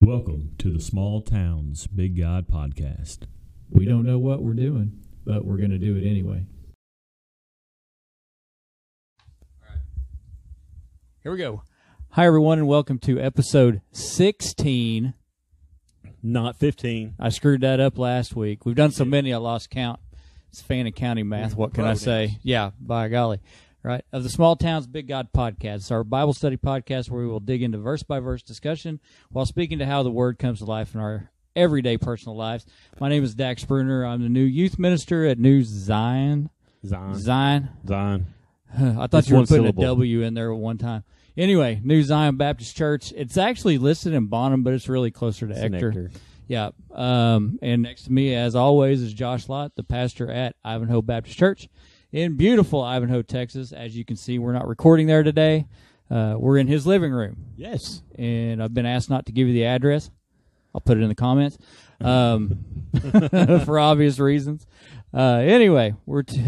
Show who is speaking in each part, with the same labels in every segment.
Speaker 1: Welcome to the Small Towns Big God Podcast.
Speaker 2: We don't know what we're doing, but we're going to do it anyway.
Speaker 3: Here we go. Hi, everyone, and welcome to episode 16.
Speaker 4: Not 15.
Speaker 3: I screwed that up last week. We've done so many, I lost count. It's fan and county math. What can I say? Yeah, by golly. Right. Of the Small Towns Big God podcast, It's our Bible study podcast where we will dig into verse by verse discussion while speaking to how the word comes to life in our everyday personal lives. My name is Dax Bruner. I'm the new youth minister at New Zion.
Speaker 4: Zion.
Speaker 3: Zion.
Speaker 4: Zion.
Speaker 3: I thought
Speaker 4: It's
Speaker 3: you were
Speaker 4: one
Speaker 3: putting
Speaker 4: syllable.
Speaker 3: a W in there at one time. Anyway, New Zion Baptist Church. It's actually listed in Bonham, but it's really closer to
Speaker 4: in
Speaker 3: Ector.
Speaker 4: Ector.
Speaker 3: Yeah. Um, and next to me, as always, is Josh Lott, the pastor at Ivanhoe Baptist Church in beautiful Ivanhoe, Texas. As you can see, we're not recording there today. Uh, we're in his living room
Speaker 4: Yes.
Speaker 3: and I've been asked not to give you the address. I'll put it in the comments um, for obvious reasons. Uh, anyway, we're t-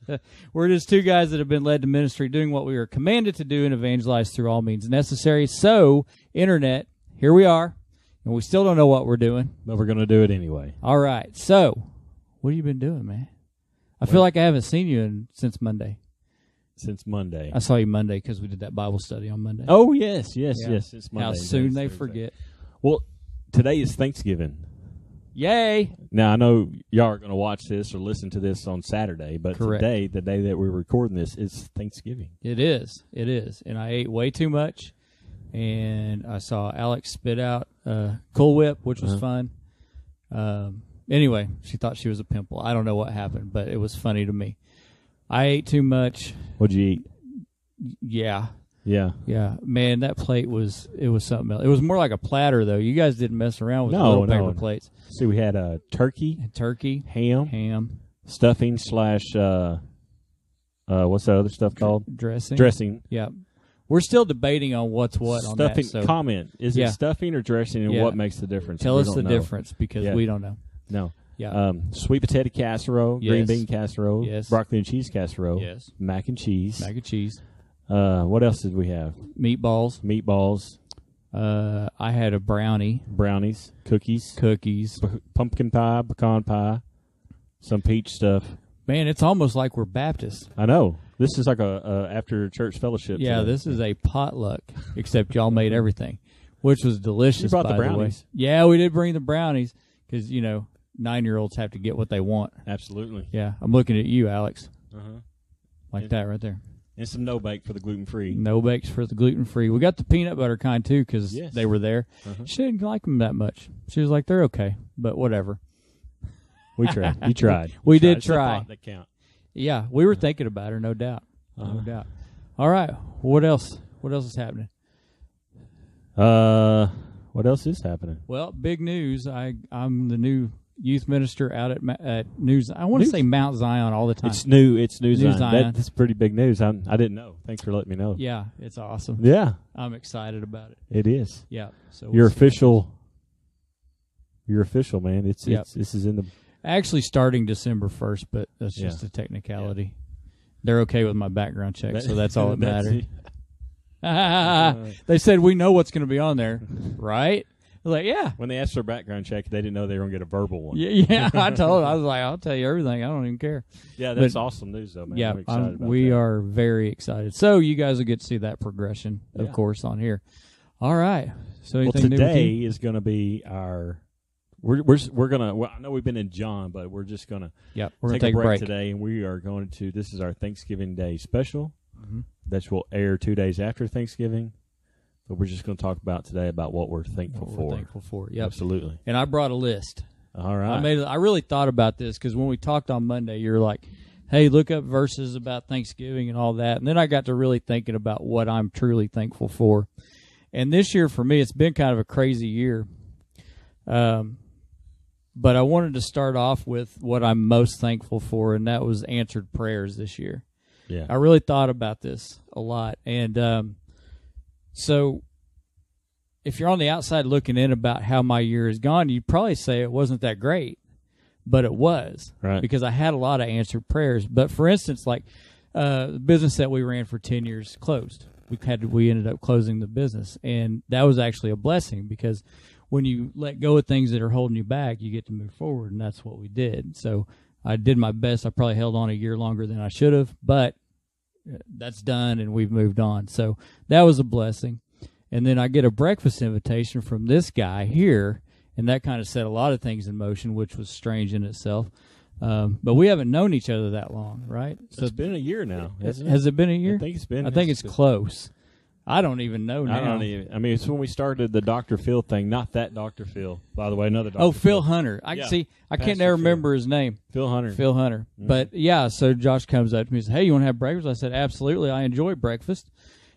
Speaker 3: we're just two guys that have been led to ministry, doing what we are commanded to do and evangelize through all means necessary. So, internet, here we are, and we still don't know what we're doing.
Speaker 4: But we're going to do it anyway.
Speaker 3: All right, so what have you been doing, man? I feel like I haven't seen you in, since Monday.
Speaker 4: Since Monday.
Speaker 3: I saw you Monday because we did that Bible study on Monday.
Speaker 4: oh, yes, yes,
Speaker 3: Yeah.
Speaker 4: yes. It's Monday.
Speaker 3: how soon
Speaker 4: Thursday,
Speaker 3: they
Speaker 4: Thursday.
Speaker 3: forget!
Speaker 4: Well, today is Thanksgiving.
Speaker 3: Yay!
Speaker 4: Now, I know y'all are going to watch this or listen to this on Saturday, but
Speaker 3: Correct.
Speaker 4: today, the day that we're recording this, is Thanksgiving.
Speaker 3: It is. It is. And I ate way too much. And I saw Alex spit out uh, Cool Whip, which
Speaker 4: Uh-huh.
Speaker 3: was fun. Um, anyway, she thought she was a pimple. I don't know what happened, but it was funny to me. I ate too much.
Speaker 4: What'd you eat?
Speaker 3: Yeah.
Speaker 4: Yeah.
Speaker 3: Yeah. Man, that plate was, it was something else. It was more like a platter, though. You guys didn't mess around with
Speaker 4: No,
Speaker 3: the little paper
Speaker 4: no.
Speaker 3: plates.
Speaker 4: See, we had uh, turkey,
Speaker 3: Turkey,
Speaker 4: ham,
Speaker 3: ham,
Speaker 4: stuffing slash, uh, uh, what's that other stuff called?
Speaker 3: dressing.
Speaker 4: Dressing.
Speaker 3: Yeah. We're still debating on what's what on
Speaker 4: stuffing.
Speaker 3: that. So
Speaker 4: Comment. Is
Speaker 3: Yeah.
Speaker 4: it stuffing or dressing and
Speaker 3: Yeah.
Speaker 4: what makes the difference?
Speaker 3: tell
Speaker 4: We
Speaker 3: us
Speaker 4: don't
Speaker 3: the
Speaker 4: know.
Speaker 3: difference because
Speaker 4: Yeah.
Speaker 3: we don't know.
Speaker 4: No.
Speaker 3: Yeah.
Speaker 4: Um, sweet potato casserole, green
Speaker 3: Yes.
Speaker 4: bean casserole,
Speaker 3: Yes.
Speaker 4: broccoli and cheese casserole,
Speaker 3: Yes.
Speaker 4: mac and cheese.
Speaker 3: Mac and cheese,
Speaker 4: uh, what else did we have?
Speaker 3: meatballs.
Speaker 4: Meatballs,
Speaker 3: Uh, I had a brownie,
Speaker 4: brownies, cookies,
Speaker 3: cookies.
Speaker 4: p- pumpkin pie, pecan pie, some peach stuff.
Speaker 3: Man, it's almost like we're Baptists.
Speaker 4: I know this is like a, a after church fellowship.
Speaker 3: Yeah,
Speaker 4: today.
Speaker 3: this is a potluck, except y'all made everything, which was delicious.
Speaker 4: You brought the
Speaker 3: by way.
Speaker 4: brownies.
Speaker 3: Yeah, we did bring the brownies because you know nine year olds have to get what they want.
Speaker 4: absolutely.
Speaker 3: Yeah, I'm looking at you, Alex,
Speaker 4: Uh-huh.
Speaker 3: like
Speaker 4: Yeah.
Speaker 3: that right there.
Speaker 4: And some no bake for the gluten free.
Speaker 3: No bakes for the gluten free. We got the peanut butter kind too because
Speaker 4: Yes.
Speaker 3: they were there. She didn't like them that much. She was like, "They're okay," but whatever.
Speaker 4: We tried. You tried.
Speaker 3: We
Speaker 4: You
Speaker 3: did
Speaker 4: It's the
Speaker 3: try.
Speaker 4: pot that count.
Speaker 3: Yeah, we were thinking about her, no doubt,
Speaker 4: Uh-huh.
Speaker 3: no doubt. All right, what else? What else is happening?
Speaker 4: Uh, what else is happening?
Speaker 3: Well, big news. I I'm the new youth minister out at Ma- at news. I want to say Mount Zion all the time.
Speaker 4: It's new. It's news.
Speaker 3: New
Speaker 4: New Zion.
Speaker 3: Zion.
Speaker 4: That, that's pretty big news. I'm, I didn't know. Thanks for letting me know.
Speaker 3: yeah, it's awesome.
Speaker 4: yeah
Speaker 3: I'm excited about it.
Speaker 4: it is.
Speaker 3: Yeah. So
Speaker 4: Your
Speaker 3: we'll see.
Speaker 4: official. Your official man. It's,
Speaker 3: Yep.
Speaker 4: it's this is in the
Speaker 3: actually starting December first, but that's
Speaker 4: Yeah.
Speaker 3: just a technicality. They're okay with my background check, so that's all that
Speaker 4: That's
Speaker 3: matters.
Speaker 4: it.
Speaker 3: they said we know what's going to be on there, right? I was like, yeah,
Speaker 4: When they asked for a background check, they didn't know they were going to get a verbal one.
Speaker 3: yeah, yeah. I told. I was like, I'll tell you everything. I don't even care.
Speaker 4: Yeah, that's
Speaker 3: But-
Speaker 4: awesome news though, man.
Speaker 3: yeah,
Speaker 4: I'm excited
Speaker 3: I'm-
Speaker 4: about
Speaker 3: we
Speaker 4: that.
Speaker 3: are very excited. So you guys will get to see that progression, of
Speaker 4: Yeah.
Speaker 3: course, on here. All right. So
Speaker 4: Well,
Speaker 3: anything new with
Speaker 4: today
Speaker 3: you?
Speaker 4: is going to be our. We're we're s- we're gonna. Well, I know we've been in John, but we're just gonna
Speaker 3: Yeah, we're gonna take,
Speaker 4: take, a break, today, and we are going to. This is our Thanksgiving Day special
Speaker 3: Mhm.
Speaker 4: that will air two days after Thanksgiving. But we're just going to talk about today about what we're thankful
Speaker 3: What
Speaker 4: for.
Speaker 3: We're thankful for. Yep.
Speaker 4: Absolutely.
Speaker 3: And I brought a list.
Speaker 4: All right.
Speaker 3: I made. I really thought about this because when we talked on Monday, you're like, "Hey, look up verses about Thanksgiving and all that." And then I got to really thinking about what I'm truly thankful for. And this year for me, it's been kind of a crazy year. Um, but I wanted to start off with what I'm most thankful for, and that was answered prayers this year.
Speaker 4: yeah.
Speaker 3: I really thought about this a lot, and um, so if you're on the outside looking in about how my year has gone, you'd probably say it wasn't that great, but it was
Speaker 4: Right.
Speaker 3: because I had a lot of answered prayers. But for instance, like uh, the business that we ran for ten years closed. We had we ended up closing the business, and that was actually a blessing because when you let go of things that are holding you back, you get to move forward, and that's what we did. So I did my best. I probably held on a year longer than I should have, but that's done, and we've moved on. So that was a blessing. And then I get a breakfast invitation from this guy here, and that kind of set a lot of things in motion, which was strange in itself. Um, but we haven't known each other that long, right?
Speaker 4: So it's been a year now,
Speaker 3: has,
Speaker 4: hasn't it?
Speaker 3: has it been a year?
Speaker 4: I think it's been.
Speaker 3: I think it's
Speaker 4: been-
Speaker 3: close. I don't even know now.
Speaker 4: I don't even. I mean, it's when we started the Doctor Phil thing. Not that Doctor Phil, by the way. Another. Dr.
Speaker 3: Oh, Phil Hunter. I
Speaker 4: Yeah,
Speaker 3: see. I can't
Speaker 4: Pastor
Speaker 3: never
Speaker 4: Phil.
Speaker 3: remember his name.
Speaker 4: Phil Hunter.
Speaker 3: Phil Hunter. But yeah, so Josh comes up to me and says, Hey, you want to have breakfast? I said, Absolutely. I enjoy breakfast.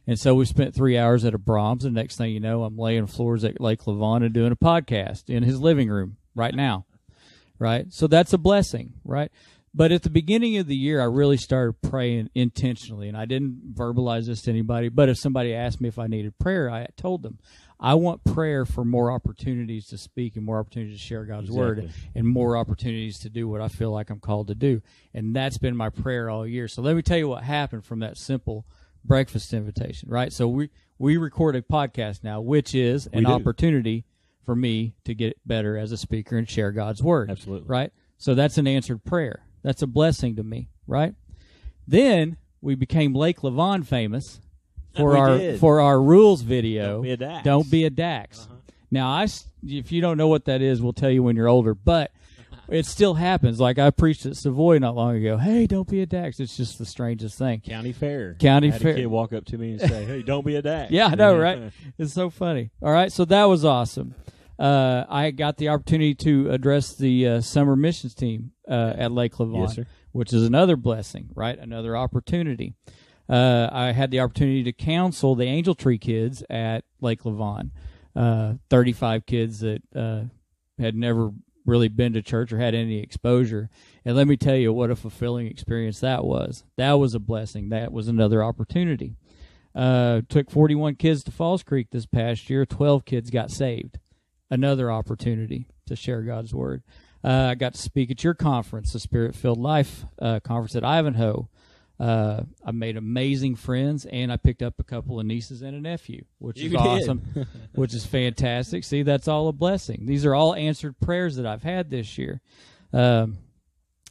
Speaker 3: And so we spent three hours at a Brahms. And next thing you know, I'm laying floors at Lake Levon and doing a podcast in his living room right now. Right. So that's a blessing. Right. But at the beginning of the year, I really started praying intentionally. And I didn't verbalize this to anybody. But if somebody asked me if I needed prayer, I told them, I want prayer for more opportunities to speak and more opportunities to share God's word
Speaker 4: Exactly.
Speaker 3: and more opportunities to do what I feel like I'm called to do. And that's been my prayer all year. So let me tell you what happened from that simple breakfast invitation, right? So we, we record a podcast now, which is an
Speaker 4: do.
Speaker 3: opportunity for me to get better as a speaker and share God's word.
Speaker 4: Absolutely.
Speaker 3: Right? So that's an answered prayer. That's a blessing to me, right? Then we became Lake Levon famous for
Speaker 4: We
Speaker 3: our
Speaker 4: did.
Speaker 3: for our rules video.
Speaker 4: Don't be a Dax. Uh-huh.
Speaker 3: Don't be a Dax. Now, I s- if you don't know what that is, we'll tell you when you're older. But it still happens. Like I preached at Savoy not long ago. Hey, don't be a Dax. It's just the strangest thing.
Speaker 4: County Fair.
Speaker 3: County
Speaker 4: I had
Speaker 3: Fair.
Speaker 4: A kid walk up to me and say, "Hey, don't be a dack."
Speaker 3: Yeah, I know, right? It's so funny. All right, so that was awesome. Uh, I got the opportunity to address the uh, summer missions team uh, at Lake Levon,
Speaker 4: Yes, sir.
Speaker 3: which is another blessing, right? Another opportunity. Uh, I had the opportunity to counsel the Angel Tree kids at Lake Levon, uh, 35 kids that uh, had never really been to church or had any exposure. And let me tell you what a fulfilling experience that was. That was a blessing. That was another opportunity. Uh, took 41 kids to Falls Creek this past year. 12 kids got saved. Another opportunity to share God's word. Uh, I got to speak at your conference, the Spirit Filled Life uh, conference at Ivanhoe. Uh, I made amazing friends, and I picked up a couple of nieces and a nephew, which
Speaker 4: You
Speaker 3: is
Speaker 4: did.
Speaker 3: awesome, which is fantastic. See, that's all a blessing. These are all answered prayers that I've had this year. Um,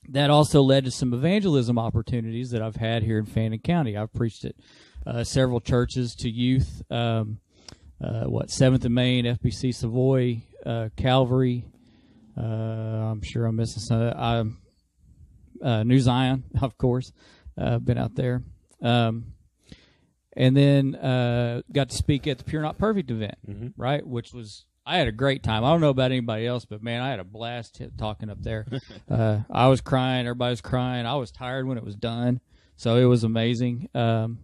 Speaker 3: that also led to some evangelism opportunities that I've had here in Fannin County. I've preached at uh, several churches to youth, um, uh, what Seventh and Main, FBC Savoy, uh, Calvary. Uh, I'm sure I'm missing some. I'm uh, New Zion, of course. Uh, been out there, um, and then uh, got to speak at the Pure Not Perfect event, right? Which was I had a great time. I don't know about anybody else, but man, I had a blast t- talking up there. uh, I was crying, everybody was crying. I was tired when it was done, so it was amazing. Um,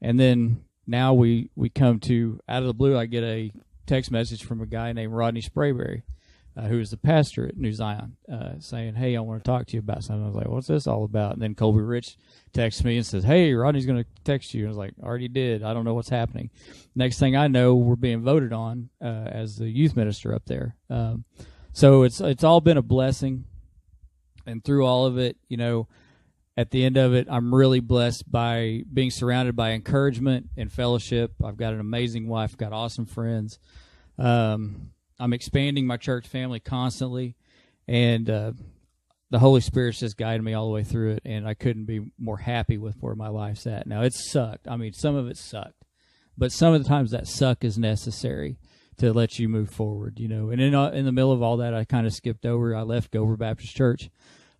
Speaker 3: and then now we we come to out of the blue, I get a text message from a guy named Rodney Sprayberry, uh, who is the pastor at New Zion, uh, saying, "Hey, I want to talk to you about something." I was like, "What's this all about?" And then Colby Rich texts me and says, "Hey, Rodney's going to text you." And I was like, "Already did. I don't know what's happening." Next thing I know, we're being voted on uh, as the youth minister up there. Um, so it's it's all been a blessing, and through all of it, you know, at the end of it, I'm really blessed by being surrounded by encouragement and fellowship. I've got an amazing wife, got awesome friends. Um, I'm expanding my church family constantly, and uh, the Holy Spirit's just guided me all the way through it. And I couldn't be more happy with where my life's at. Now, it sucked. I mean, some of it sucked, but some of the times that suck is necessary to let you move forward, you know. And in, uh, in the middle of all that, I kind of skipped over. I left Gover Baptist Church.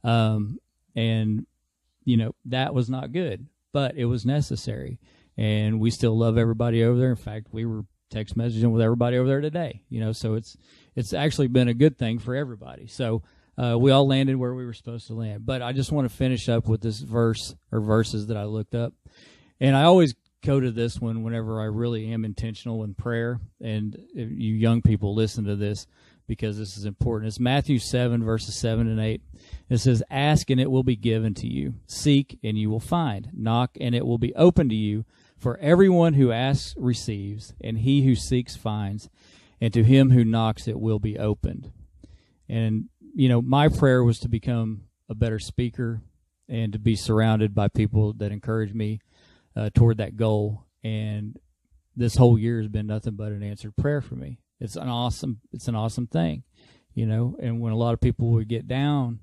Speaker 3: Um, and you know that was not good, but it was necessary, and we still love everybody over there. In fact, we were text messaging with everybody over there today. You know, so it's it's actually been a good thing for everybody. So uh, we all landed where we were supposed to land. But I just want to finish up with this verse or verses that I looked up, and I always go to this one whenever I really am intentional in prayer. And if you young people listen to this because this is important. It's Matthew 7, verses 7 and 8. It says, Ask and it will be given to you. Seek and you will find. Knock and it will be open to you. For everyone who asks receives, and he who seeks finds, and to him who knocks it will be opened. And, you know, my prayer was to become a better speaker and to be surrounded by people that encourage me uh, toward that goal. And this whole year has been nothing but an answered prayer for me. It's an awesome it's an awesome thing, you know. And when a lot of people would get down,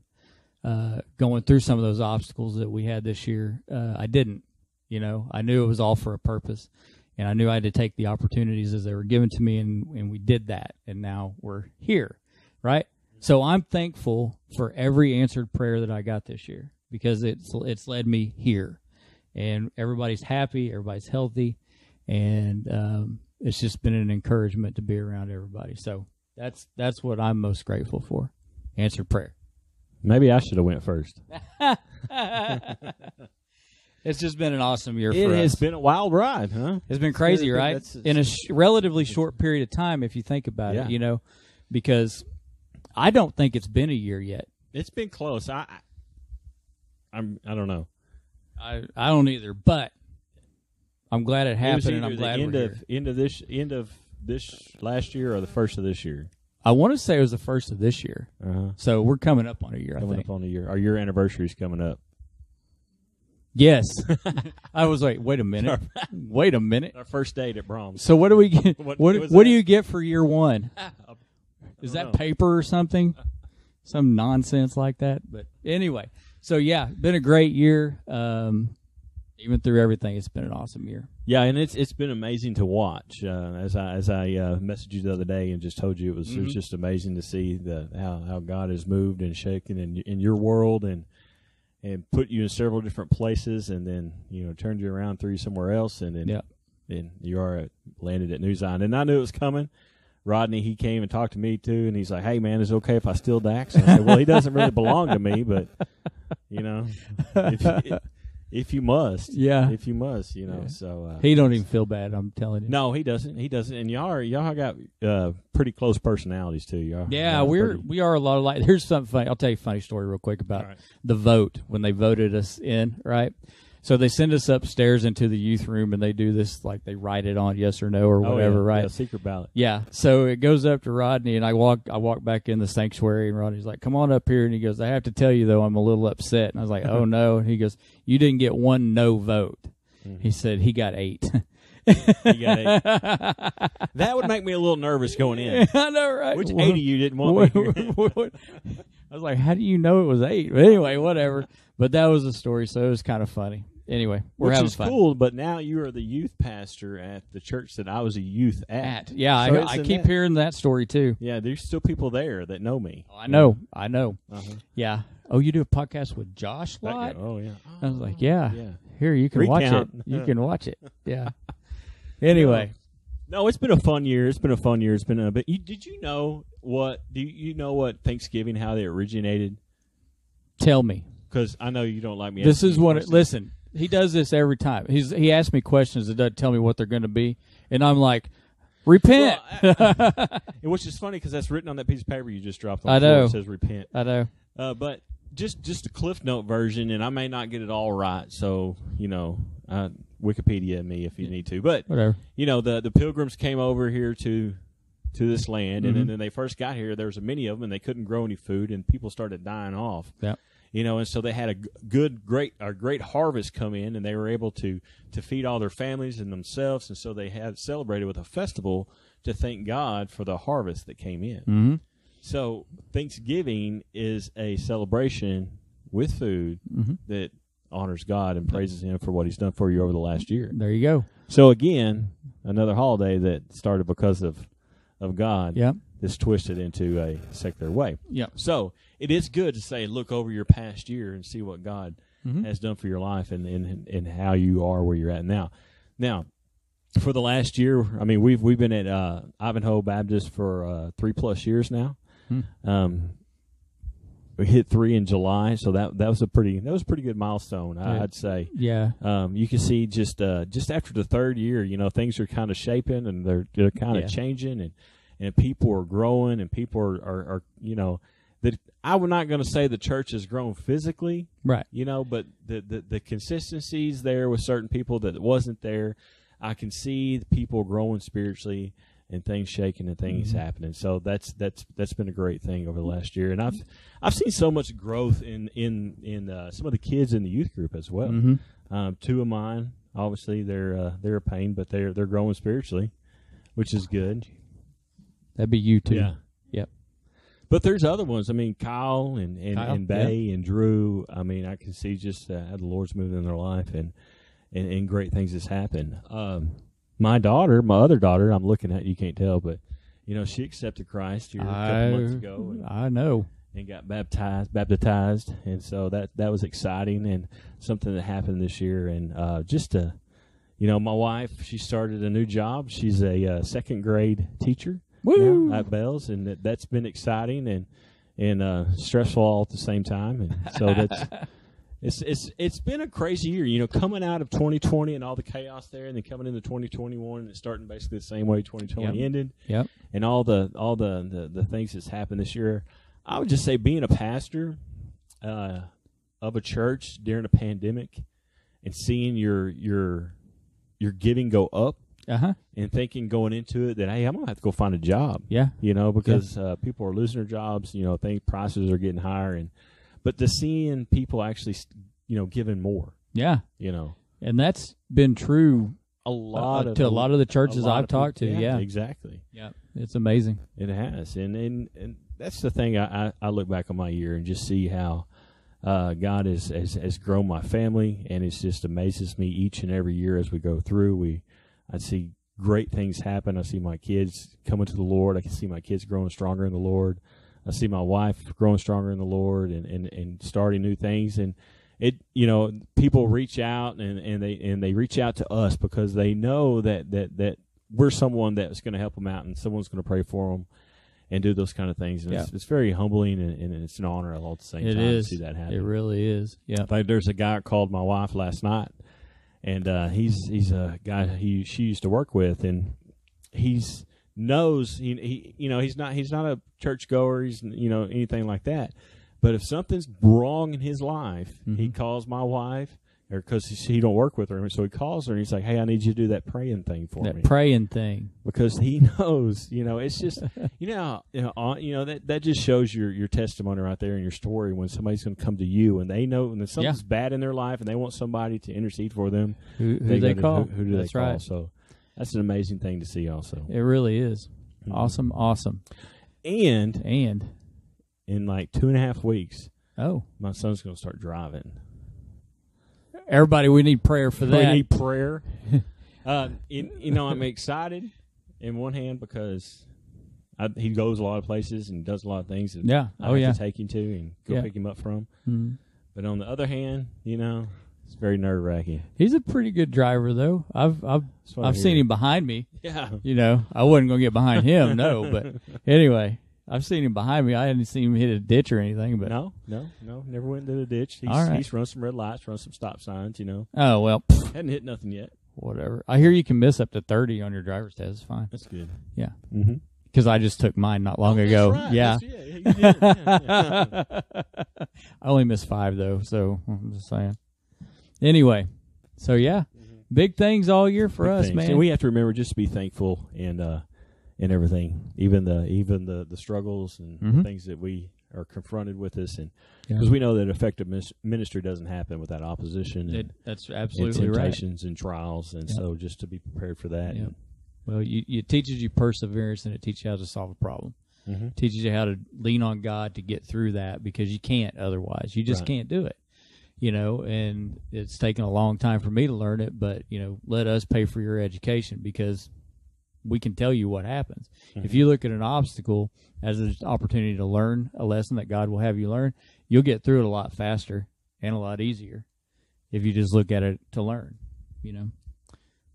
Speaker 3: uh, going through some of those obstacles that we had this year, uh, I didn't. You know, I knew it was all for a purpose, and I knew I had to take the opportunities as they were given to me, and and we did that, and now we're here, right? So I'm thankful for every answered prayer that I got this year because it's it's led me here, and everybody's happy, everybody's healthy, and um, it's just been an encouragement to be around everybody. So that's that's what I'm most grateful for. Answered prayer.
Speaker 4: Maybe I should have went first.
Speaker 3: It's just been an awesome year
Speaker 4: It
Speaker 3: for
Speaker 4: has
Speaker 3: us.
Speaker 4: been a wild ride, huh?
Speaker 3: It's been crazy,
Speaker 4: That's-
Speaker 3: right?
Speaker 4: that's-
Speaker 3: In a sh- relatively short period of time, if you think about
Speaker 4: Yeah.
Speaker 3: it, you know, because I don't think it's been a year yet.
Speaker 4: It's been close. I, I I'm I don't know.
Speaker 3: I I don't either, but I'm glad it
Speaker 4: It was
Speaker 3: happened, and
Speaker 4: either
Speaker 3: I'm glad
Speaker 4: the end
Speaker 3: we're
Speaker 4: of
Speaker 3: here.
Speaker 4: end of this end of this last year or the first of this year.
Speaker 3: I want to say it was the first of this year,
Speaker 4: Uh-huh.
Speaker 3: so we're coming up on a year. I
Speaker 4: Coming
Speaker 3: think.
Speaker 4: up on the year. Our year anniversary is coming up.
Speaker 3: Yes, I was like, wait a minute, wait a minute.
Speaker 4: Our first date at Brahms.
Speaker 3: So what do we get? What
Speaker 4: What- what
Speaker 3: what,
Speaker 4: was
Speaker 3: do
Speaker 4: that?
Speaker 3: you get for year one? Is that
Speaker 4: know.
Speaker 3: paper or something? Some nonsense like that. But anyway, so yeah, been a great year. Um, even through everything, it's been an awesome year.
Speaker 4: Yeah, and it's it's been amazing to watch. Uh, as I as I uh, messaged you the other day and just told you it was it was just amazing to see the how, how God has moved and shaken in in your world and and put you in several different places and then you know turned you around threw you somewhere else and then
Speaker 3: Yeah.
Speaker 4: and you are at, landed at Newsline and I knew it was coming. Rodney he came and talked to me too and he's like, "Hey man, is it okay if I steal Dax?" And I said, "Well, he doesn't really belong to me, but you know, if, if you must,
Speaker 3: Yeah.
Speaker 4: if you must, you know."
Speaker 3: Yeah.
Speaker 4: So uh,
Speaker 3: He don't even feel bad. I'm telling you.
Speaker 4: no, he doesn't. He doesn't. And y'all are y'all got uh, pretty close personalities too. Y'all.
Speaker 3: Yeah,
Speaker 4: y'all are
Speaker 3: we're uh,
Speaker 4: pretty-
Speaker 3: we are a lot of like. Here's something funny. I'll tell you a funny story real quick about
Speaker 4: All right.
Speaker 3: the vote when they voted us in. Right, so they send us upstairs into the youth room and they do this like they write it on yes or no or
Speaker 4: Oh, yeah,
Speaker 3: whatever. right,
Speaker 4: yeah, secret ballot.
Speaker 3: Yeah. So it goes up to Rodney and I walk I walk back in the sanctuary and Rodney's like, Come on up here and he goes, I have to tell you though, I'm a little upset and I was like, Oh no and he goes, You didn't get one no vote.
Speaker 4: Mm-hmm.
Speaker 3: He said he got eight.
Speaker 4: You got eight. that would make me a little nervous going in.
Speaker 3: I know, right?
Speaker 4: Which
Speaker 3: Well,
Speaker 4: eight of you didn't want me? Here?
Speaker 3: what- what- I was like, How do you know it was eight? But anyway, whatever. But that was the story, so it was kind of funny. Anyway, we're
Speaker 4: Which
Speaker 3: having
Speaker 4: is
Speaker 3: fun.
Speaker 4: cool, but now you are the youth pastor at the church that I was a youth at.
Speaker 3: At- Yeah,
Speaker 4: So
Speaker 3: I, I
Speaker 4: isn't
Speaker 3: keep
Speaker 4: that-
Speaker 3: hearing that story too.
Speaker 4: Yeah, there's still people there that know me.
Speaker 3: I know, I know.
Speaker 4: Uh-huh.
Speaker 3: Yeah. Oh, you do a podcast with Josh
Speaker 4: That
Speaker 3: Lott?
Speaker 4: guy- oh yeah.
Speaker 3: I was like, yeah,
Speaker 4: Yeah.
Speaker 3: here you can watch
Speaker 4: Recount.
Speaker 3: it. You can watch it. Yeah. Anyway,
Speaker 4: No, it's been a fun year. It's been a fun year. It's been a but you, did you know what do you know what Thanksgiving how they originated?
Speaker 3: tell me.
Speaker 4: Because I know you don't like me.
Speaker 3: this
Speaker 4: asking
Speaker 3: is
Speaker 4: you
Speaker 3: what. It,
Speaker 4: questions.
Speaker 3: listen, he does this every time. He's he asks me questions that doesn't tell me what they're going to be, and I'm like, repent.
Speaker 4: Well, I- which is funny because that's written on that piece of paper you just dropped. On
Speaker 3: I
Speaker 4: the floor.
Speaker 3: know.
Speaker 4: it says repent,
Speaker 3: I know.
Speaker 4: uh, but just just a Cliff Note version, and I may not get it all right. So you know, uh, Wikipedia me if you need to. But
Speaker 3: Whatever.
Speaker 4: you know, the the pilgrims came over here to to this land, and then when they first got here, there was many of them, and they couldn't grow any food, and people started dying off
Speaker 3: Yep.
Speaker 4: you know, and so they had a g- good, great, a great harvest come in, and they were able to to feed all their families and themselves, and so they had celebrated with a festival to thank God for the harvest that came in.
Speaker 3: Mhm.
Speaker 4: So Thanksgiving is a celebration with food that honors God and praises Him for what He's done for you over the last year.
Speaker 3: There you go.
Speaker 4: So again, another holiday that started because of of God
Speaker 3: Yep.
Speaker 4: is twisted into a secular way.
Speaker 3: Yep.
Speaker 4: So it is good to say, look over your past year and see what God has done for your life and, and and how you are where you're at now. Now, for the last year, I mean, we've we've been at uh, Ivanhoe Baptist for uh, three plus years now. Um, we hit three in July, so that that was a pretty that was a pretty good milestone, I
Speaker 3: Yeah.
Speaker 4: I'd say
Speaker 3: Yeah.
Speaker 4: um, you can see just uh, just after the third year, you know, things are kind of shaping and they're they're kind of
Speaker 3: Yeah.
Speaker 4: changing and and people are growing and people are are, are you know that I'm not going to say the church has grown physically,
Speaker 3: Right.
Speaker 4: you know, but the, the the consistencies there with certain people that wasn't there, I can see the people growing spiritually and things shaking and things happening. So that's that's that's been a great thing over the last year, and I've I've seen so much growth in in in uh, some of the kids in the youth group as
Speaker 3: Mm-hmm.
Speaker 4: well. Um, two of mine, obviously, they're uh, they're a pain, but they're they're growing spiritually, which is good.
Speaker 3: That'd be you too.
Speaker 4: Yeah.
Speaker 3: Yep.
Speaker 4: But there's other ones. I mean, Kyle and and,
Speaker 3: Kyle,
Speaker 4: and Bay and Drew. I mean, I can see just uh, how the Lord's moving in their life and and, and great things has happened. Um, my daughter, my other daughter, I'm looking at you can't tell, but you know she accepted Christ here a
Speaker 3: I,
Speaker 4: couple months ago and,
Speaker 3: I know.
Speaker 4: and got baptized, baptized, and so that that was exciting and something that happened this year. And uh, just to, you know, my wife, she started a new job. She's a uh, second grade teacher
Speaker 3: Woo!
Speaker 4: now at Bell's, and that, that's been exciting and and uh, stressful all at the same time. And so that's it's it's it's been a crazy year. You know, coming out of 2020 and all the chaos there, and then coming into 2021 and it's starting basically the same way 2020
Speaker 3: Yep.
Speaker 4: ended
Speaker 3: Yep.
Speaker 4: and all the all the, the the things that's happened this year. I would just say being a pastor uh, of a church during a pandemic and seeing your your your giving go up
Speaker 3: Uh huh.
Speaker 4: and thinking going into it that hey, I'm gonna have to go find a job.
Speaker 3: Yeah.
Speaker 4: You know, because uh, people are losing their jobs. You know, think prices are getting higher, and but to seeing people actually, you know, giving more.
Speaker 3: Yeah.
Speaker 4: You know,
Speaker 3: And that's been true
Speaker 4: a
Speaker 3: uh,
Speaker 4: lot of
Speaker 3: to a lot of the churches
Speaker 4: a lot
Speaker 3: I've
Speaker 4: of people-
Speaker 3: talked to. Yeah.
Speaker 4: exactly.
Speaker 3: Yeah. It's amazing.
Speaker 4: It has, and and, and that's the thing. I, I, I look back on my year and just see how uh, God has, has has grown my family, and it just amazes me each and every year as we go through. We I see great things happen. I see my kids coming to the Lord. I can see my kids growing stronger in the Lord. I see my wife growing stronger in the Lord, and and, and starting new things and. It you know people reach out and, and they and they reach out to us because they know that that that we're someone that's going to help them out and someone's going to pray for them and do those kind of things. And it's, it's very humbling and, and it's an honor all at the same
Speaker 3: It
Speaker 4: time
Speaker 3: is.
Speaker 4: to see that happen.
Speaker 3: It really is. Yeah.
Speaker 4: In fact, there's a guy that called my wife last night, and uh, he's he's a guy he she used to work with, and he's knows he, he you know he's not he's not a churchgoer, he's you know anything like that. But if something's wrong in his life, he calls my wife, or because he don't work with her, so he calls her and he's like, "Hey, I need you to do that praying thing for me."
Speaker 3: That praying thing.
Speaker 4: because he knows you know it's just you know you know, uh, you know that that just shows your your testimony right there and your story when somebody's going to come to you and they know when something's bad in their life and they want somebody to intercede for them
Speaker 3: Who, who they
Speaker 4: go to-
Speaker 3: call?
Speaker 4: who, who do
Speaker 3: That's
Speaker 4: they call
Speaker 3: right.
Speaker 4: so that's an amazing thing to see also
Speaker 3: It really is. Awesome. Awesome.
Speaker 4: and
Speaker 3: And
Speaker 4: in like two and a half weeks
Speaker 3: oh,
Speaker 4: my son's going to start driving
Speaker 3: everybody, we need prayer for that.
Speaker 4: we need prayer uh, it, you know i'm excited in one hand because I, he goes a lot of places and does a lot of things and
Speaker 3: Yeah.
Speaker 4: I
Speaker 3: Oh,
Speaker 4: have
Speaker 3: yeah.
Speaker 4: to take him to and go
Speaker 3: Yeah.
Speaker 4: pick him up from.
Speaker 3: Mhm.
Speaker 4: But on the other hand, you know, it's very nerve wracking.
Speaker 3: He's a pretty good driver, though. I've I've
Speaker 4: That's what I
Speaker 3: I've seen
Speaker 4: hear.
Speaker 3: him behind me.
Speaker 4: Yeah.
Speaker 3: You know, I wasn't gonna get behind him, no. But anyway, I've seen him behind me. I hadn't seen him hit a ditch or anything, but
Speaker 4: No, no, no. Never went into the ditch. He's,
Speaker 3: All right.
Speaker 4: he's run some red lights, run some stop signs, you know.
Speaker 3: oh well, pff,
Speaker 4: Hadn't hit nothing yet.
Speaker 3: whatever. I hear you can miss up to thirty on your driver's test. It's fine.
Speaker 4: That's good.
Speaker 3: Yeah,
Speaker 4: Mm-hmm.
Speaker 3: because I just took mine not long ago. Yeah, I only missed five though, so I'm just saying. Anyway, so yeah, big things all year for us, man.
Speaker 4: And we have to remember just to be thankful and uh and everything. Even the even the, the struggles and the
Speaker 3: Mhm.
Speaker 4: things that we are confronted with us and
Speaker 3: Yeah.
Speaker 4: because we know that effective mis- ministry doesn't happen without opposition and,
Speaker 3: It- that's
Speaker 4: and
Speaker 3: absolutely right.
Speaker 4: temptations and trials and
Speaker 3: Yeah.
Speaker 4: so just to be prepared for that.
Speaker 3: Yeah. Well, you, it teaches you perseverance and it teaches you how to solve a problem.
Speaker 4: Mhm.
Speaker 3: It teaches you how to lean on God to get through that because you can't otherwise. You just
Speaker 4: Right.
Speaker 3: can't do it. You know, and it's taken a long time for me to learn it, but you know, let us pay for your education because we can tell you what happens. If you look at an obstacle as an opportunity to learn a lesson that God will have you learn, you'll get through it a lot faster and a lot easier if you just look at it to learn, you know.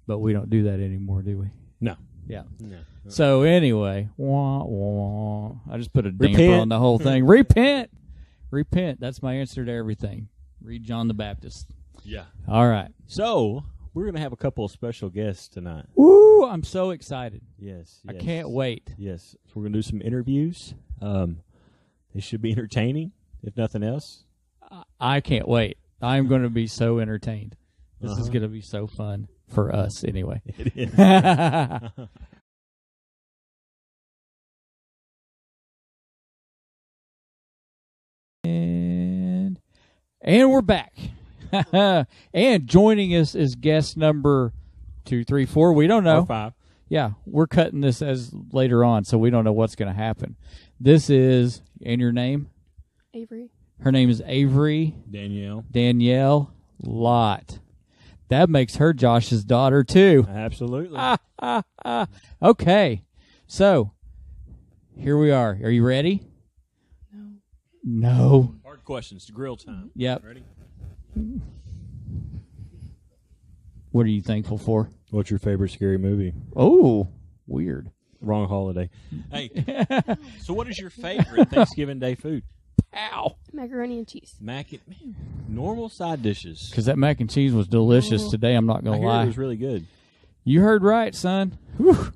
Speaker 3: But we don't do that anymore, do we?
Speaker 4: No.
Speaker 3: Yeah.
Speaker 4: No.
Speaker 3: So anyway, wah, wah, I just put a damper
Speaker 4: Repent.
Speaker 3: on the whole thing. Repent. Repent. That's my answer to everything. Read John the Baptist.
Speaker 4: Yeah.
Speaker 3: All right.
Speaker 4: So we're gonna have a couple of special guests tonight.
Speaker 3: Woo! I'm so excited.
Speaker 4: Yes,
Speaker 3: I can't wait.
Speaker 4: Yes, so we're gonna do some interviews. Um, they should be entertaining, if nothing else.
Speaker 3: I can't wait. I'm going to be so entertained. This is
Speaker 4: Uh-huh.
Speaker 3: going to be so fun for us anyway.
Speaker 4: It is.
Speaker 3: and and we're back. and joining us is guest number two, three, four. We don't know.
Speaker 4: Or five.
Speaker 3: yeah, we're cutting this as later on, so we don't know what's going to happen. This is, and your name?
Speaker 5: Avery.
Speaker 3: Her name is Avery
Speaker 4: Danielle.
Speaker 3: Danielle Lott. That makes her Josh's daughter, too.
Speaker 4: Absolutely.
Speaker 3: Ah. Okay. So here we are. Are you ready?
Speaker 5: No.
Speaker 3: No.
Speaker 4: Hard questions. Grill time.
Speaker 3: Yep.
Speaker 4: Ready?
Speaker 3: What are you thankful for?
Speaker 4: What's your favorite scary movie?
Speaker 3: Oh, weird.
Speaker 4: Wrong holiday. Hey. so, what is your favorite Thanksgiving Day food?
Speaker 3: Ow.
Speaker 5: Macaroni and cheese.
Speaker 4: Mac and man, normal side dishes.
Speaker 3: Because that mac and cheese was delicious today. I'm not
Speaker 4: Oh. I
Speaker 3: going to
Speaker 4: hear
Speaker 3: lie.
Speaker 4: it was really good.
Speaker 3: you heard right, son. Whew.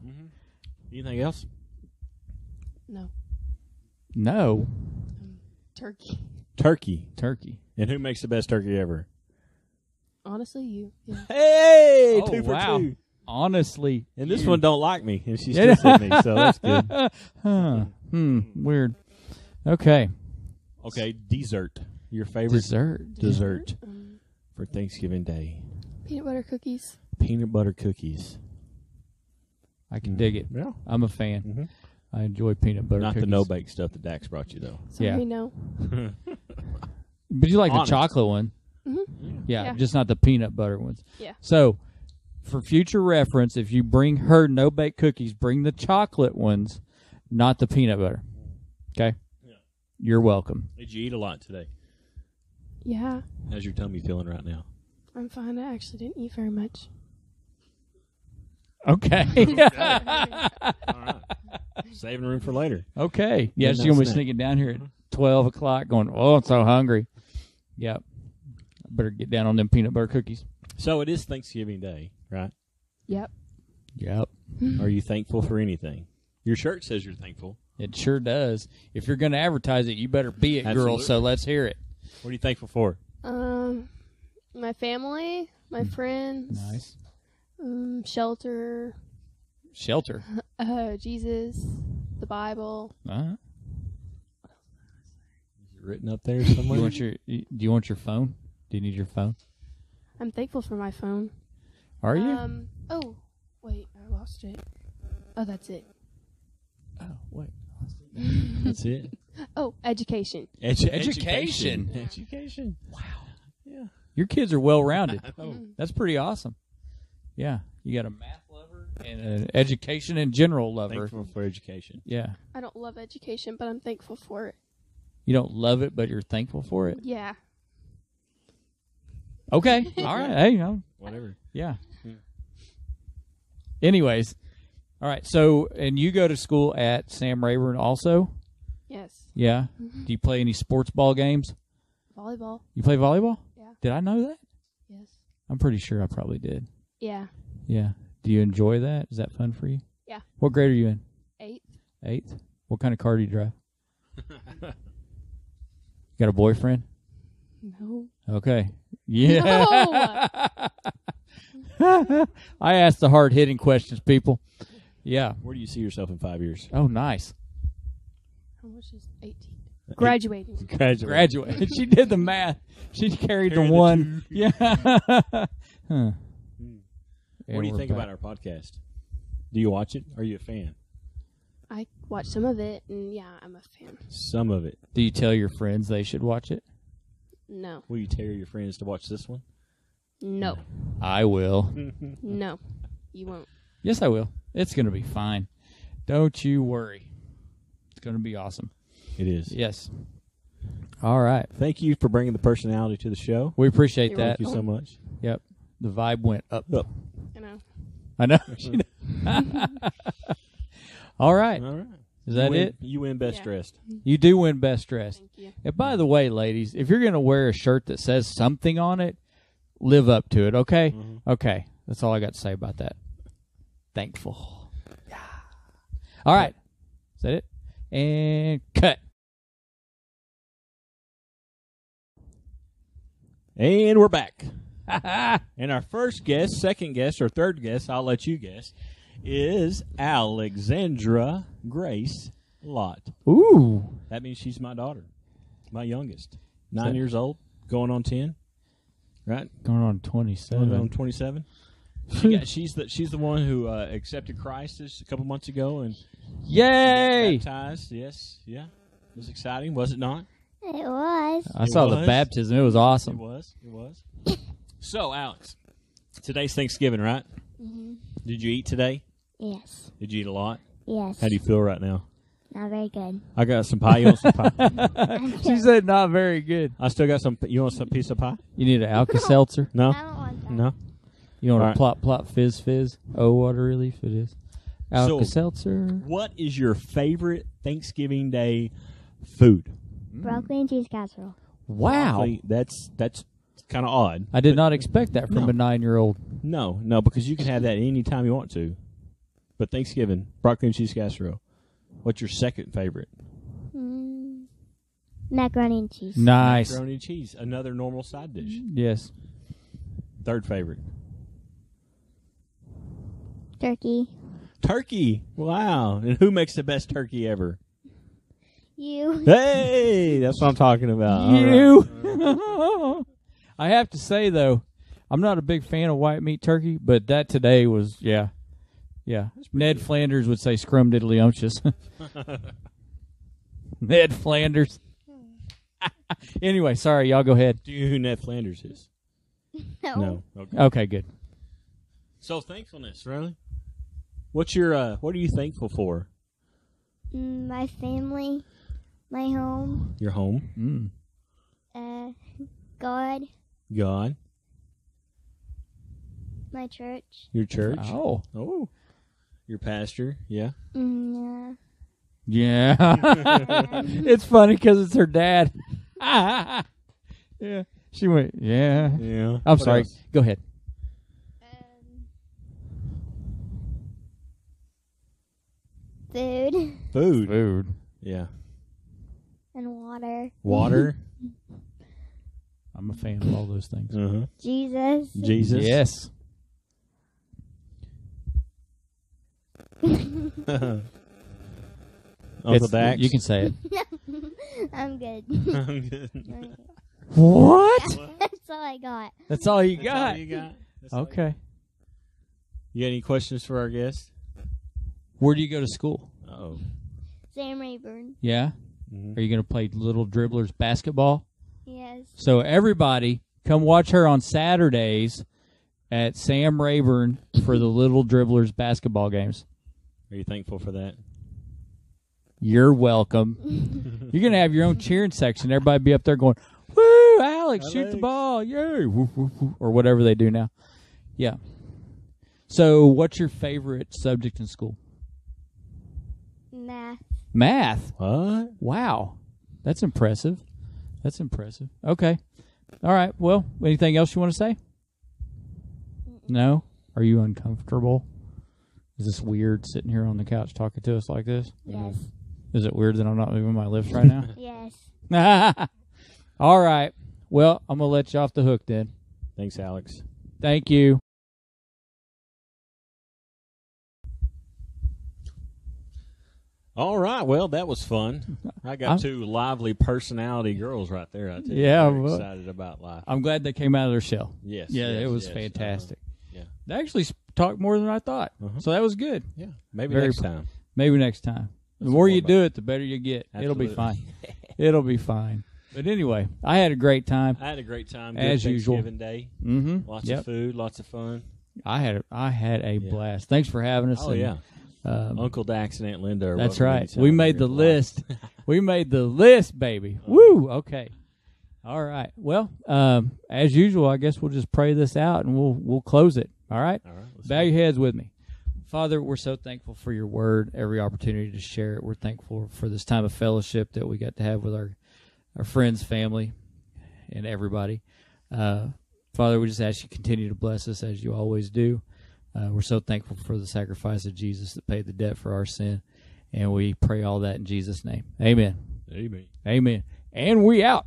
Speaker 4: Anything else?
Speaker 5: No.
Speaker 3: No.
Speaker 5: Turkey.
Speaker 4: Turkey.
Speaker 3: Turkey.
Speaker 4: And who makes the best turkey ever?
Speaker 5: Honestly, you. Yeah.
Speaker 4: Hey,
Speaker 3: Oh,
Speaker 4: two for
Speaker 3: wow.
Speaker 4: two.
Speaker 3: Honestly.
Speaker 4: And this one don't like me, and she still at me, so that's good.
Speaker 3: Huh. Hmm. Weird. Okay.
Speaker 4: Okay, dessert. Your favorite
Speaker 3: Dessert.
Speaker 4: dessert
Speaker 5: Um,
Speaker 4: for Thanksgiving Day?
Speaker 5: peanut butter cookies.
Speaker 4: Peanut butter cookies.
Speaker 3: I can dig it.
Speaker 4: Yeah.
Speaker 3: I'm a fan.
Speaker 4: Mhm.
Speaker 3: I enjoy peanut butter.
Speaker 4: Not
Speaker 3: cookies.
Speaker 4: the no bake stuff that Dax brought you though.
Speaker 5: Sorry,
Speaker 3: Yeah.
Speaker 5: no.
Speaker 3: But you like
Speaker 4: Honest.
Speaker 3: the chocolate one.
Speaker 5: Mhm.
Speaker 3: Yeah,
Speaker 5: Yeah.
Speaker 3: just not the peanut butter ones.
Speaker 5: Yeah.
Speaker 3: So, for future reference, if you bring her no bake cookies, bring the chocolate ones, not the peanut butter. Okay?
Speaker 4: Yeah.
Speaker 3: You're welcome.
Speaker 4: Did you eat a lot today?
Speaker 5: Yeah.
Speaker 4: How's your tummy feeling right now?
Speaker 5: I'm fine. I actually didn't eat very much.
Speaker 3: Okay.
Speaker 4: Saving room for later.
Speaker 3: okay. Yeah,
Speaker 4: Midnight
Speaker 3: she's going to be
Speaker 4: snack.
Speaker 3: sneaking down here at 12 o'clock going, oh, I'm so hungry. Yep. Better get down on them peanut butter cookies.
Speaker 4: So it is Thanksgiving Day, right?
Speaker 5: Yep.
Speaker 3: Yep.
Speaker 4: Are you thankful for anything? Your shirt says you're thankful.
Speaker 3: It sure does. If you're going to advertise it, you better be it, girl.
Speaker 4: Absolutely.
Speaker 3: So let's hear it.
Speaker 4: What are you thankful for?
Speaker 5: Um, my family, my friends,
Speaker 3: Hmm. Nice.
Speaker 5: um, shelter,
Speaker 3: Shelter.
Speaker 5: uh, Jesus, the Bible.
Speaker 3: Uh-huh.
Speaker 4: Is it written up there
Speaker 3: Do
Speaker 4: somewhere?
Speaker 3: you want your Do you want your phone? Do you need your phone?
Speaker 5: I'm thankful for my phone.
Speaker 3: Are you?
Speaker 5: Um. Oh, wait. I lost it. Oh, that's it.
Speaker 3: oh wait.
Speaker 4: That's it.
Speaker 5: Oh, education.
Speaker 4: Edu-
Speaker 3: Education.
Speaker 4: Education.
Speaker 3: Your kids are well rounded. That's pretty awesome. Yeah, you got a math lover and an education in general lover.
Speaker 4: Thankful for education.
Speaker 3: Yeah,
Speaker 5: I don't love education, but I'm thankful for it.
Speaker 3: you don't love it, but you're thankful for it.
Speaker 5: Yeah.
Speaker 3: Okay. All right. Hey. I'm,
Speaker 4: Whatever.
Speaker 3: yeah. Anyways, all right. So, and you go to school at Sam Rayburn also.
Speaker 5: Yes.
Speaker 3: Yeah.
Speaker 5: Mm-hmm.
Speaker 3: Do you play any sports ball games?
Speaker 5: Volleyball.
Speaker 3: You play volleyball?
Speaker 5: Yeah.
Speaker 3: Did I know that?
Speaker 5: Yes.
Speaker 3: I'm pretty sure I probably did.
Speaker 5: Yeah.
Speaker 3: Yeah. Do you enjoy that? Is that fun for you?
Speaker 5: Yeah.
Speaker 3: What grade are you in?
Speaker 5: Eighth.
Speaker 3: Eighth. What kind of car do you drive? Got a boyfriend?
Speaker 5: No.
Speaker 3: Okay. Yeah.
Speaker 5: No.
Speaker 3: I ask the hard hitting questions, people. Yeah.
Speaker 4: Where do you see yourself in five years?
Speaker 3: Oh, nice.
Speaker 5: How much is eighteen? Graduating.
Speaker 4: Graduate.
Speaker 3: Graduate. she did the math. She carried the
Speaker 4: Carry the
Speaker 3: one. yeah. huh.
Speaker 4: What do you think about our podcast? Do you watch it? Are you a fan?
Speaker 5: I watched some of it, and yeah, I'm a fan.
Speaker 4: Some of it.
Speaker 3: Do you tell your friends they should watch it?
Speaker 5: No.
Speaker 4: Will you tell your friends to watch this one?
Speaker 5: No.
Speaker 3: I will.
Speaker 4: Mm.
Speaker 5: No. You won't.
Speaker 3: Yes, I will. It's going to be fine. Don't you worry. It's going to be awesome.
Speaker 4: It is.
Speaker 3: Yes. All right.
Speaker 4: Thank you for bringing the personality to the show.
Speaker 3: We appreciate
Speaker 5: You're
Speaker 3: that.
Speaker 4: Thank you so much.
Speaker 3: Yep. The vibe went up.
Speaker 4: Up.
Speaker 5: You know.
Speaker 3: I know. All right.
Speaker 4: All right.
Speaker 3: Is that
Speaker 4: you win,
Speaker 3: it?
Speaker 4: You win best
Speaker 5: Yeah.
Speaker 4: dressed.
Speaker 3: You do win best dressed.
Speaker 5: Thank you.
Speaker 3: And by the way, ladies, if you're going to wear a shirt that says something on it, live up to it, okay?
Speaker 4: Mm-hmm.
Speaker 3: Okay. That's all I got to say about that. Thankful. Yeah. All right. Is that it? And cut.
Speaker 4: And we're back. and our first guest, second guest, or third guest, I'll let you guess, is Alexandra Grace Lott.
Speaker 3: Ooh.
Speaker 4: That means she's my daughter, my youngest. Nine years old, going on 10, right?
Speaker 3: Going on
Speaker 4: Going
Speaker 3: 27.
Speaker 4: on 27. She got, she's the she's the one who uh, accepted Christ just a couple months ago and
Speaker 3: Yay!
Speaker 4: baptized. Yes, yeah, it was exciting, was it not?
Speaker 6: It was.
Speaker 3: I
Speaker 4: It
Speaker 3: saw the
Speaker 4: was.
Speaker 3: baptism. It was awesome.
Speaker 4: It was. It was. so, Alex, today's Thanksgiving, right?
Speaker 3: Mm-hmm.
Speaker 6: hmm
Speaker 4: Did you eat today?
Speaker 6: Yes.
Speaker 4: Did you eat a lot?
Speaker 6: Yes.
Speaker 4: How do you feel right now?
Speaker 6: Not very good.
Speaker 4: I got some pie. You want some pie?
Speaker 3: she said not very good.
Speaker 4: I still got some. You want some piece of pie?
Speaker 3: You need an Alka Seltzer.
Speaker 4: No,
Speaker 6: I don't want that.
Speaker 4: no.
Speaker 3: You want
Speaker 4: All
Speaker 3: a
Speaker 4: right.
Speaker 3: plop plop fizz fizz? Oh, what a relief it is.
Speaker 4: So-
Speaker 3: Alka Seltzer.
Speaker 4: What is your favorite Thanksgiving Day food?
Speaker 6: Mm. Broccoli and cheese casserole.
Speaker 3: Wow.
Speaker 4: Actually, that's that's kind of odd.
Speaker 3: I did not expect that from
Speaker 4: No.
Speaker 3: a nine year old.
Speaker 4: No, no, because you can have that any time you want to. But Thanksgiving, broccoli and cheese casserole. What's your second favorite?
Speaker 6: Mm. Macaroni and cheese.
Speaker 3: Nice. Mm-hmm.
Speaker 4: Macaroni and cheese, another normal side dish.
Speaker 3: Yes.
Speaker 4: Third favorite,
Speaker 6: Turkey.
Speaker 4: turkey. Wow! And who makes the best turkey ever?
Speaker 6: You.
Speaker 4: Hey, that's what I'm talking about. All right.
Speaker 3: you. I have to say though, I'm not a big fan of white meat turkey, but that today was yeah, yeah. Ned Flanders would say scrumdiddlyumptious. Ned Flanders. anyway, sorry, y'all go ahead.
Speaker 4: Do you know who Ned Flanders is? No. Okay.
Speaker 3: Okay, good.
Speaker 4: So thankfulness, really. What's your? uh What are you thankful for?
Speaker 6: Mm, my family. My home.
Speaker 4: Your home,
Speaker 3: Mm.
Speaker 6: Uh, God.
Speaker 4: God,
Speaker 6: My church.
Speaker 4: your church.
Speaker 3: Oh,
Speaker 4: Oh, your pastor. Yeah.
Speaker 6: Mm,
Speaker 3: yeah. it's funny because it's her dad. yeah. She went. Yeah.
Speaker 4: Yeah.
Speaker 3: I'm sorry. Go ahead.
Speaker 6: yeah. Um, food.
Speaker 4: Food.
Speaker 3: Food.
Speaker 4: Yeah.
Speaker 6: And water.
Speaker 4: Water.
Speaker 3: I'm a fan of all those things.
Speaker 4: uh-huh.
Speaker 6: Jesus.
Speaker 4: Jesus.
Speaker 3: Yes.
Speaker 4: Uncle
Speaker 3: It's-
Speaker 4: Dax.
Speaker 3: You can say it.
Speaker 6: I'm good.
Speaker 4: can.
Speaker 3: What?
Speaker 6: That's all I got.
Speaker 3: That's all you got.
Speaker 4: you got. That's all
Speaker 3: Okay.
Speaker 4: You you got any questions for our guest?
Speaker 3: Where do you go to school?
Speaker 4: Oh.
Speaker 6: Sam Rayburn.
Speaker 3: Yeah. Are you going to play little dribblers basketball?
Speaker 6: Yes.
Speaker 3: So everybody, come watch her on Saturdays at Sam Rayburn for the little dribblers basketball games.
Speaker 4: Are you thankful for that?
Speaker 3: You're welcome. You're going to have your own cheering section. Everybody be up there going, "Woo, Alex, shoot the
Speaker 4: Alex."
Speaker 3: ball. Yay!" Woo, woo, woo, or whatever they do now. Yeah. So, what's your favorite subject in school?
Speaker 6: Math.
Speaker 3: Math.
Speaker 4: What?
Speaker 3: Wow. That's impressive. That's impressive. Okay. All right. Well, anything else you want to say? No? Are you uncomfortable? Is this weird sitting here on the couch talking to us like this?
Speaker 6: Yes.
Speaker 3: Is it weird that I'm not moving my lips right
Speaker 6: Yes.
Speaker 3: now? All right. Well, I'm going to let you off the hook then.
Speaker 4: Thanks, Alex.
Speaker 3: Thank you.
Speaker 4: All right. Well, that was fun. I got
Speaker 3: I'm-
Speaker 4: two lively personality girls right there. I tell you.
Speaker 3: Yeah,
Speaker 4: Very
Speaker 3: well-
Speaker 4: excited about life.
Speaker 3: I'm glad they came out of their shell.
Speaker 4: Yes.
Speaker 3: Yeah,
Speaker 4: yes,
Speaker 3: it was
Speaker 4: yes, uh-huh.
Speaker 3: fantastic.
Speaker 4: Yeah.
Speaker 3: They actually s- talked more than I thought.
Speaker 4: Uh-huh.
Speaker 3: So that was good.
Speaker 4: uh-huh. Yeah. Maybe
Speaker 3: Very
Speaker 4: next
Speaker 3: pr-
Speaker 4: time.
Speaker 3: Maybe next time. The
Speaker 4: That's
Speaker 3: more
Speaker 4: more
Speaker 3: you
Speaker 4: about-
Speaker 3: do it, the better you get. It'll be fine.
Speaker 4: Absolutely.
Speaker 3: It'll be fine. But anyway, I had a great time.
Speaker 4: I had a great time. Good
Speaker 3: As usual.
Speaker 4: Thanksgiving Day.
Speaker 3: Mm-hmm.
Speaker 4: Lots
Speaker 3: yep.
Speaker 4: of food. Lots of fun.
Speaker 3: I had a, I had a
Speaker 4: Yeah.
Speaker 3: blast. Thanks for having us.
Speaker 4: Oh
Speaker 3: and,
Speaker 4: yeah.
Speaker 3: um,
Speaker 4: Uncle Dax and Aunt Linda. Are
Speaker 3: that's
Speaker 4: welcome
Speaker 3: right.
Speaker 4: anytime
Speaker 3: We
Speaker 4: here
Speaker 3: made the
Speaker 4: at Life.
Speaker 3: list. we made the list, baby. Woo. Okay. All right. Well, um, as usual, I guess we'll just pray this out and we'll we'll close it. All right.
Speaker 4: All right. let's
Speaker 3: Bow your heads with me. Father, we're so thankful for your word, every opportunity to share it. We're thankful for this time of fellowship that we got to have with our, our friends, family, and everybody. Uh, Father, we just ask you to continue to bless us as you always do. Uh, we're so thankful for the sacrifice of Jesus that paid the debt for our sin. And we pray all that in Jesus' name. Amen.
Speaker 4: go. Amen.
Speaker 3: Amen. And we out.